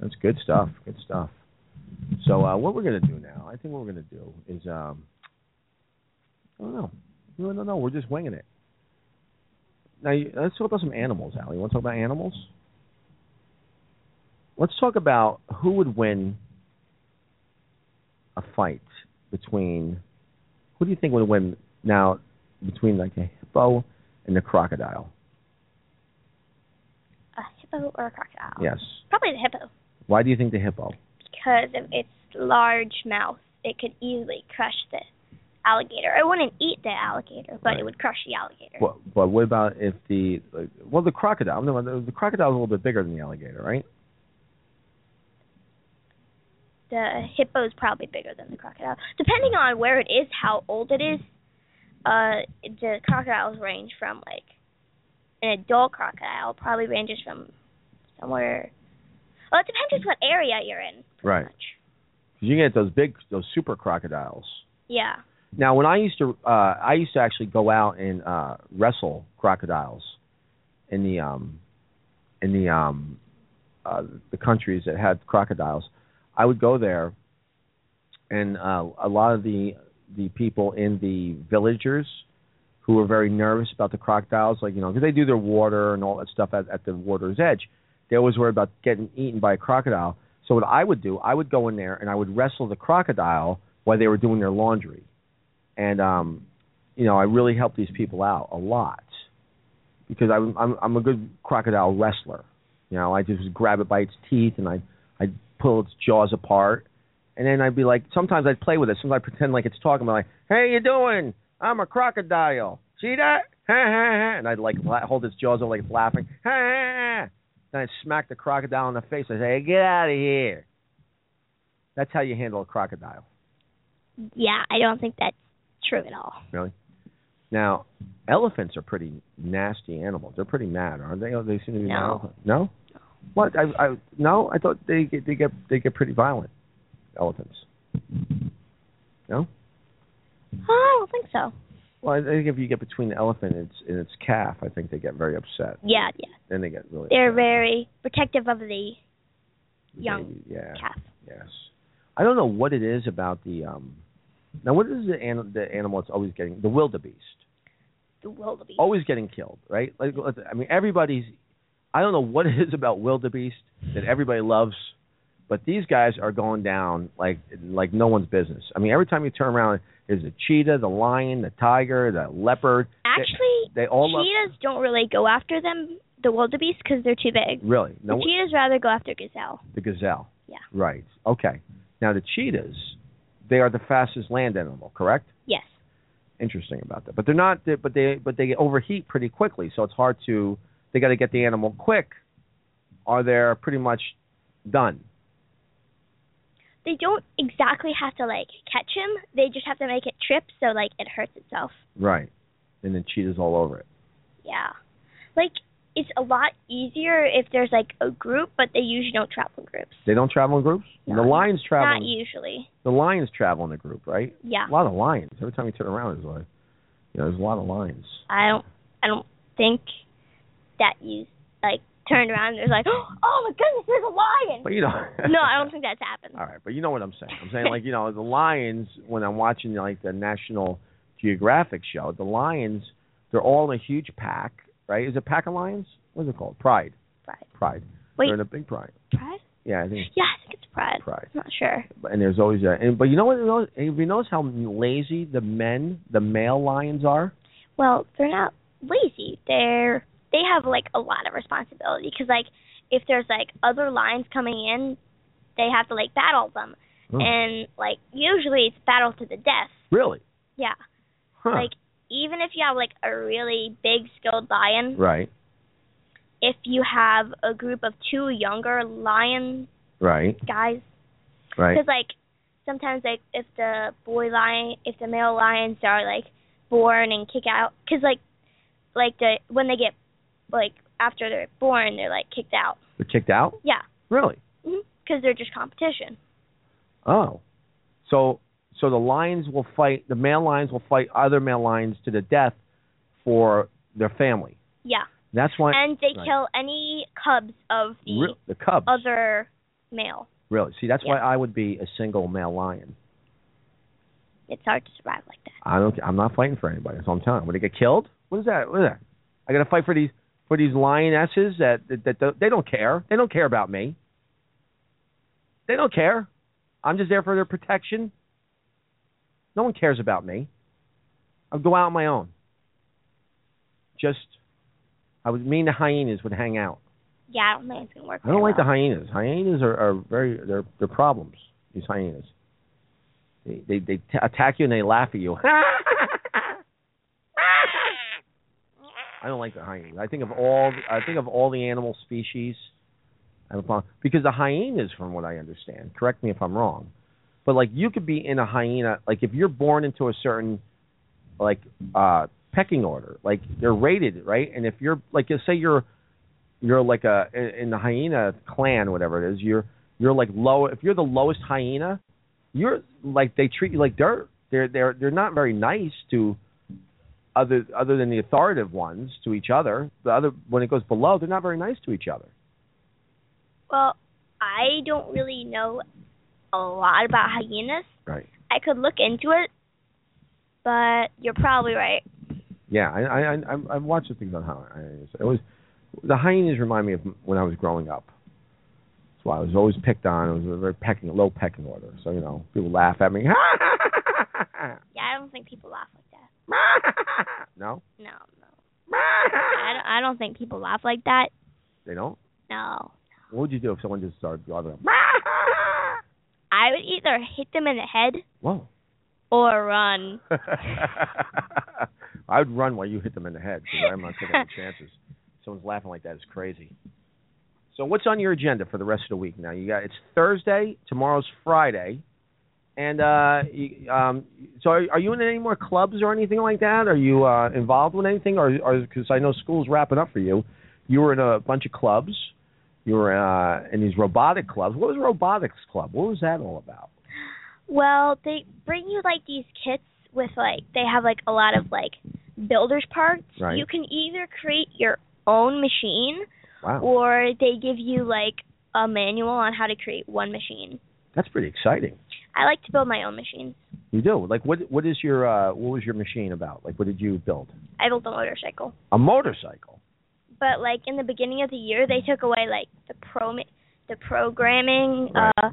Speaker 2: That's good stuff. Good stuff. So uh, what we're gonna do now? I think what we're gonna do is um, I don't know. No, no, no. We're just winging it. Now you, let's talk about some animals, Allie. You want to talk about animals? Let's talk about who would win a fight between who do you think would win now between like a hippo and a crocodile?
Speaker 3: a hippo or a crocodile.
Speaker 2: Yes.
Speaker 3: Probably the hippo
Speaker 2: Why do you think the hippo?
Speaker 3: because of its large mouth. It could easily crush the alligator. It wouldn't eat the alligator, but
Speaker 2: Right.
Speaker 3: it would crush the alligator.
Speaker 2: Well, but what about if the like, well the crocodile? No, the, the crocodile's a little bit bigger than the alligator, right?
Speaker 3: the hippo is probably bigger than the crocodile. Depending on where it is, how old it is, uh, the crocodiles range from like an adult crocodile probably ranges from somewhere. Well, it depends just what area you're in. pretty
Speaker 2: Right.
Speaker 3: Much.
Speaker 2: 'Cause you can get those big, those super crocodiles.
Speaker 3: Yeah.
Speaker 2: Now, when I used to, uh, I used to actually go out and uh, wrestle crocodiles in the um, in the um, uh, the countries that had crocodiles. I would go there, and uh, a lot of the the people in the villagers who were very nervous about the crocodiles, like you know, 'cause they do their water and all that stuff at, at the water's edge. They always worry about getting eaten by a crocodile. So what I would do, I would go in there and I would wrestle the crocodile while they were doing their laundry and um, you know, I really help these people out a lot because I'm I'm, I'm a good crocodile wrestler. You know, I just grab it by its teeth and I I pull its jaws apart, and then I'd be like, sometimes I'd play with it. Sometimes I pretend like it's talking. I'm like, "Hey, you doing? I'm a crocodile. See that?" and I'd like la- hold its jaws up like it's laughing. Then I'd smack the crocodile in the face. I say, hey, "Get out of here." That's how you handle a crocodile.
Speaker 3: Yeah, I don't think that's true at all.
Speaker 2: Really? Now, elephants are pretty nasty animals. They're pretty mad, aren't they? Oh, They seem to be
Speaker 3: No.
Speaker 2: violent. No. What? I, I no. I thought they get they get they get pretty violent. Elephants. No.
Speaker 3: Oh, I don't think so.
Speaker 2: Well, I think if you get between the elephant and its, and its calf, I think they get very upset.
Speaker 3: Yeah, yeah.
Speaker 2: Then they get really.
Speaker 3: They're
Speaker 2: upset.
Speaker 3: very protective of the young
Speaker 2: They- yeah.
Speaker 3: calf.
Speaker 2: Yes. I don't know what it is about the um. Now, what is the animal? The animal that's always getting the wildebeest.
Speaker 3: The wildebeest.
Speaker 2: always getting killed, right? Like, let's- I mean, everybody's. I don't know what it is about wildebeest that everybody loves, but these guys are going down like like no one's business. I mean, every time you turn around, there's a cheetah, the lion, the tiger, the leopard.
Speaker 3: Actually,
Speaker 2: they all love-
Speaker 3: cheetahs don't really go after them, the wildebeest, because they're too big.
Speaker 2: Really, no
Speaker 3: the cheetahs rather go after gazelle.
Speaker 2: the gazelle.
Speaker 3: Yeah.
Speaker 2: Right. Okay. Now the cheetahs, they are the fastest land animal, correct?
Speaker 3: Yes.
Speaker 2: Interesting about that, but they're not. they- But they but they overheat pretty quickly, so it's hard to. They got to get the animal quick, or they're pretty much done.
Speaker 3: They don't exactly have to like catch him. They just have to make it trip so like it hurts itself.
Speaker 2: Right. And then cheetahs all over it.
Speaker 3: Yeah. Like it's a lot easier if there's like a group, but they usually don't travel in groups.
Speaker 2: They don't travel in groups?
Speaker 3: No.
Speaker 2: the lions travel.
Speaker 3: Not
Speaker 2: in-
Speaker 3: usually.
Speaker 2: the lions travel in a group, right?
Speaker 3: Yeah.
Speaker 2: A lot of lions. Every time you turn around there's like you know, there's a lot of lions.
Speaker 3: I don't I don't think that you like turned around and there's like, Oh my goodness, there's a lion
Speaker 2: But you know
Speaker 3: No, I don't think that's happened.
Speaker 2: All right, but you know what I'm saying. I'm saying like, you know, the lions when I'm watching like the National Geographic show, the lions they're all in a huge pack, right? Is it pack of lions? What's it called? Pride.
Speaker 3: Pride.
Speaker 2: Pride.
Speaker 3: Wait.
Speaker 2: They're in a big pride.
Speaker 3: Pride?
Speaker 2: Yeah, I think
Speaker 3: Yeah, I think it's pride.
Speaker 2: Pride.
Speaker 3: I'm not sure.
Speaker 2: and there's always that. And, but you know what? you know- Have you noticed how lazy the men, the male lions are?
Speaker 3: Well, they're not lazy. They're they have like a lot of responsibility because like if there's like other lines coming in, they have to like battle them,
Speaker 2: Hmm.
Speaker 3: and like usually it's battle to the death.
Speaker 2: Really?
Speaker 3: Yeah,
Speaker 2: Huh.
Speaker 3: like even if you have like a really big skilled lion,
Speaker 2: right,
Speaker 3: if you have a group of two younger lion
Speaker 2: right,
Speaker 3: guys,
Speaker 2: right.
Speaker 3: because like sometimes like if the boy lion, if the male lions are like born and kick out, because like like the when they get like after they're born, they're like kicked out.
Speaker 2: They're kicked out?
Speaker 3: Yeah,
Speaker 2: Really?
Speaker 3: because they're just competition.
Speaker 2: Oh. So so the lions will fight the male lions will fight other male lions to the death for their family.
Speaker 3: Yeah,
Speaker 2: That's why
Speaker 3: and they
Speaker 2: Right.
Speaker 3: kill any cubs of the
Speaker 2: Re- the cubs
Speaker 3: other male.
Speaker 2: really. See, that's why
Speaker 3: Yeah.
Speaker 2: I would be a single male lion.
Speaker 3: It's hard to survive like that.
Speaker 2: I don't. I'm not fighting for anybody. That's what I'm telling. you. Would I get killed? What is that? What is that? I got to fight for these for these lionesses that that, that that they don't care. They don't care about me. They don't care. I'm just there for their protection. No one cares about me. I'll go out on my own. Just, I would mean the hyenas would hang out.
Speaker 3: Yeah, I don't think it's gonna work.
Speaker 2: I don't like the
Speaker 3: well.
Speaker 2: hyenas. Hyenas are, are very they're they're problems. These hyenas. They they, they t- attack you and they laugh at you. I don't like the hyenas. I think of all I think of all the animal species. I have a problem because the hyenas, from what I understand, correct me if I'm wrong, but like you could be in a hyena. Like if you're born into a certain like uh pecking order, like they're rated right, and if you're like say you're you're like a in the hyena clan, whatever it is. You're you're like low. If you're the lowest hyena, you're like they treat you like dirt. They're they're they're not very nice to other other than the authoritative ones to each other. The other when it goes below, they're not very nice to each other.
Speaker 3: Well, I don't really know a lot about hyenas.
Speaker 2: Right.
Speaker 3: I could look into it, but you're probably right.
Speaker 2: Yeah, I I I I'm- I've watched the things on hyenas. It was the hyenas remind me of when I was growing up. That's why I was always picked on. It was a very pecking low pecking order. So you know people laugh at me.
Speaker 3: Yeah, I don't think people laugh like that.
Speaker 2: no,
Speaker 3: No, no. I don't, I don't think people laugh like that.
Speaker 2: they don't.
Speaker 3: No.
Speaker 2: What would you do if someone just started driving up?
Speaker 3: I would either hit them in the head
Speaker 2: Whoa.
Speaker 3: or run.
Speaker 2: I would run while you hit them in the head because I'm not taking any chances. Someone's laughing like that is crazy. So what's on your agenda for the rest of the week now? You got it's Thursday, tomorrow's Friday, and uh, you, um, so are, are you in any more clubs or anything like that? Are you uh, involved with anything? Or because I know school's wrapping up for you, you were in a bunch of clubs. You were uh, in these robotic clubs. What was robotics club? What was that all about?
Speaker 3: Well, they bring you like these kits with like they have like a lot of like builders parts.
Speaker 2: Right.
Speaker 3: You can either create your own machine
Speaker 2: Wow.
Speaker 3: or they give you like a manual on how to create one machine.
Speaker 2: That's pretty exciting.
Speaker 3: I like to build my own machines.
Speaker 2: You do. Like what what is your uh what was your machine about? Like what did you build?
Speaker 3: I built a motorcycle.
Speaker 2: A motorcycle.
Speaker 3: But like in the beginning of the year, they took away like the pro the programming
Speaker 2: Right.
Speaker 3: uh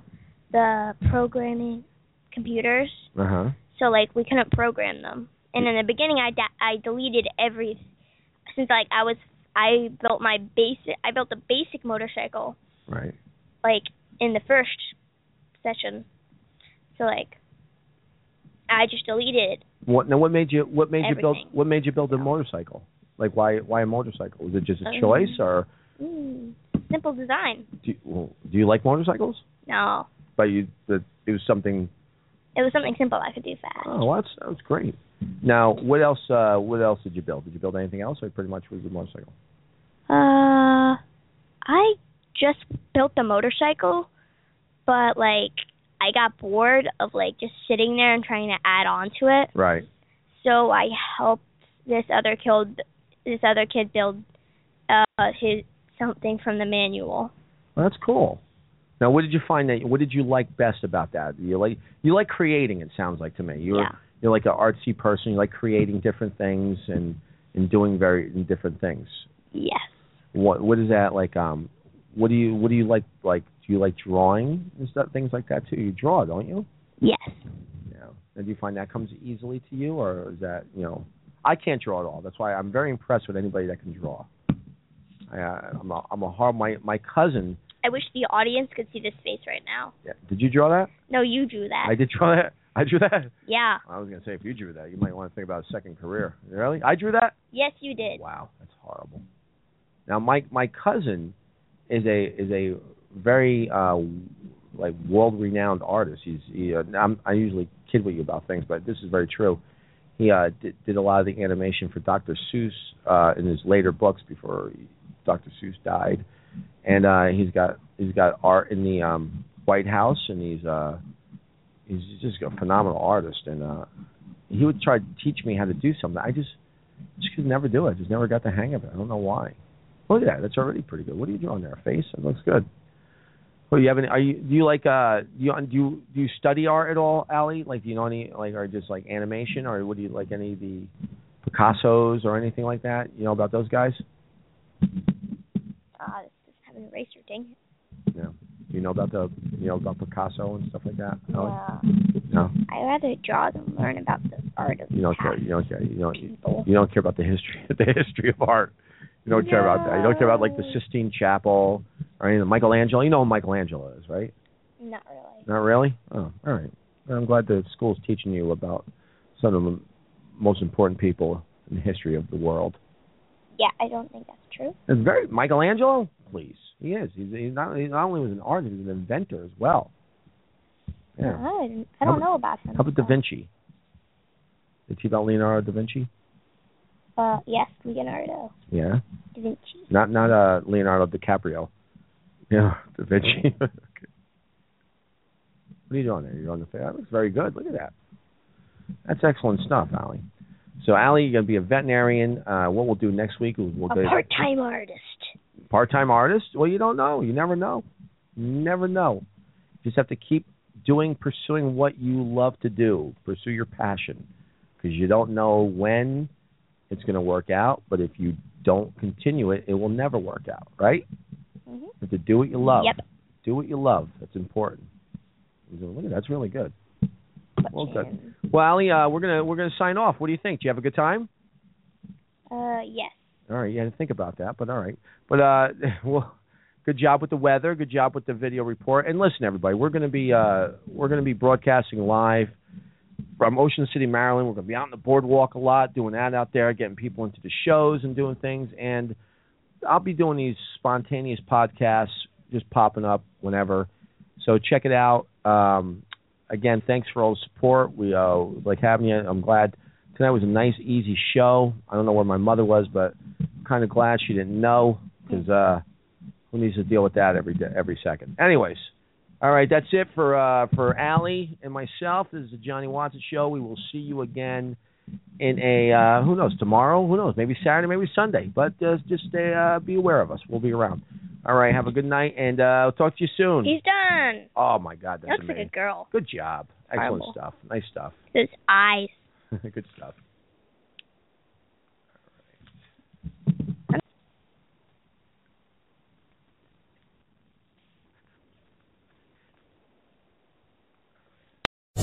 Speaker 3: the programming computers.
Speaker 2: Uh-huh.
Speaker 3: So like we couldn't program them. And in the beginning, I da- I deleted every since like I was I built my basic I built the basic motorcycle
Speaker 2: Right.
Speaker 3: like in the first session. So like I just deleted it.
Speaker 2: What now what made you what made you build
Speaker 3: Everything.
Speaker 2: what made you build a motorcycle? Like why why a motorcycle? Was it just a
Speaker 3: Um,
Speaker 2: choice or
Speaker 3: Mm, simple design.
Speaker 2: do you, well, do you like motorcycles?
Speaker 3: No,
Speaker 2: But you that it was something
Speaker 3: it was something simple I could do fast.
Speaker 2: Oh, well, that's that was great. Now, what else uh what else did you build? Did you build anything else or pretty much was the motorcycle?
Speaker 3: Uh, I just built the motorcycle, but like I got bored of like just sitting there and trying to add on to it.
Speaker 2: Right.
Speaker 3: So I helped this other kid, this other kid build uh his something from the manual.
Speaker 2: Well, that's cool. Now, what did you find that? What did you like best about that? You like you like creating. It sounds like to me. You're
Speaker 3: Yeah.
Speaker 2: you're like an artsy person. You like creating different things and and doing very different things.
Speaker 3: Yes.
Speaker 2: What what is that like? Um, What do you What do you like? Like, do you like drawing and stuff, things like that too? You draw, don't you?
Speaker 3: Yes.
Speaker 2: Yeah. And do you find that comes easily to you, or is that you know? I can't draw at all. That's why I'm very impressed with anybody that can draw. I, uh, I'm a I'm a hard my my cousin.
Speaker 3: I wish the audience could see this face right now.
Speaker 2: yeah, Did you draw that?
Speaker 3: No, you drew that.
Speaker 2: I did draw that. I drew that.
Speaker 3: yeah.
Speaker 2: I was gonna say if you drew that, you might want to think about a second career. Really? I drew that.
Speaker 3: Yes, you did.
Speaker 2: Wow, that's horrible. Now my my cousin is a is a very uh like world renowned artist. He's he, uh, I'm, I usually kid with you about things, but this is very true. He uh, did, did a lot of the animation for Dr. Seuss uh, in his later books before Dr. Seuss died, and uh, he's got he's got art in the um, White House, and he's uh, he's just a phenomenal artist. And uh, he would try to teach me how to do something. I just just could never do it. Just never got the hang of it. I don't know why. Look at that. That's already pretty good. What are you drawing there? A face? That looks good. Well, you have any? Are you? Do you like? Uh, do you do you, do you study art at all, Allie? Like, do you know any? Like, or just like animation, or what do you like? Any of the Picasso's or anything like that? You know about those guys?
Speaker 3: Ah, this doesn't have an eraser, dang it.
Speaker 2: No. Do you know about the? You know about Picasso and stuff like that? Allie?
Speaker 3: Wow.
Speaker 2: No.
Speaker 3: Uh, I'd rather draw than learn about the art of
Speaker 2: You don't care.
Speaker 3: past
Speaker 2: You don't care. You don't.
Speaker 3: people.
Speaker 2: You don't care about the history the history of art. You don't care about that. You don't care about like the
Speaker 3: No.
Speaker 2: Sistine Chapel or any of the Michelangelo. You know who Michelangelo is, right?
Speaker 3: Not really.
Speaker 2: Not really. Oh, all right. I'm glad the school's teaching you about some of the most important people in the history of the world.
Speaker 3: Yeah, I don't think that's true.
Speaker 2: It's very Michelangelo, please. He is. He's, he's not. He not only was an artist, he was an inventor as well. Yeah.
Speaker 3: Uh, I don't, I
Speaker 2: How
Speaker 3: don't
Speaker 2: about-
Speaker 3: know about him.
Speaker 2: How about Da Vinci? Did you see about Leonardo da Vinci?
Speaker 3: Uh, yes, Leonardo
Speaker 2: Yeah.
Speaker 3: da Vinci.
Speaker 2: Not not uh Leonardo DiCaprio. Yeah, Da Vinci. what are you doing there? You're on the fa- that looks very good. Look at that. That's excellent stuff, Allie. So Allie, you're gonna be a veterinarian. Uh what we'll do next week is we'll
Speaker 3: A
Speaker 2: Oh, go
Speaker 3: part-time artist.
Speaker 2: part time artist? Well you don't know. You never know. You never know. You just have to keep doing pursuing what you love to do. Pursue your passion. Because you don't know when it's gonna work out, but if you don't continue it, it will never work out, right?
Speaker 3: hmm
Speaker 2: You have to do what you love.
Speaker 3: Yep.
Speaker 2: Do what you love. That's important. You go, Look at that. that's really good. Well done. Well, Ali, uh, we're gonna we're gonna sign off. What do you think? Do you have a good time?
Speaker 3: Uh, yes.
Speaker 2: All right, you had to think about that, but all right. But uh, well, good job with the weather. Good job with the video report. And listen, everybody, we're gonna be uh, we're gonna be broadcasting live from Ocean City, Maryland. We're gonna be out on the boardwalk a lot, doing that out there, getting people into the shows and doing things. And I'll be doing these spontaneous podcasts, just popping up whenever. So check it out. Um, again, thanks for all the support. We uh, like having you. I'm glad tonight was a nice, easy show. I don't know where my mother was, but kind of glad she didn't know because uh, who needs to deal with that every day, every second? Anyways, all right, that's it for uh, for Allie and myself. This is the Johnny Watson Show. We will see you again in a uh, who knows tomorrow, who knows maybe Saturday, maybe Sunday. But uh, just stay, uh, be aware of us. We'll be around. All right, have a good night, and uh, I'll talk to you soon.
Speaker 3: He's done.
Speaker 2: Oh my God, that's
Speaker 3: Looks like
Speaker 2: amazing.
Speaker 3: a girl.
Speaker 2: Good job. Excellent
Speaker 3: Horrible.
Speaker 2: stuff. Nice stuff.
Speaker 3: Those eyes.
Speaker 2: Good stuff.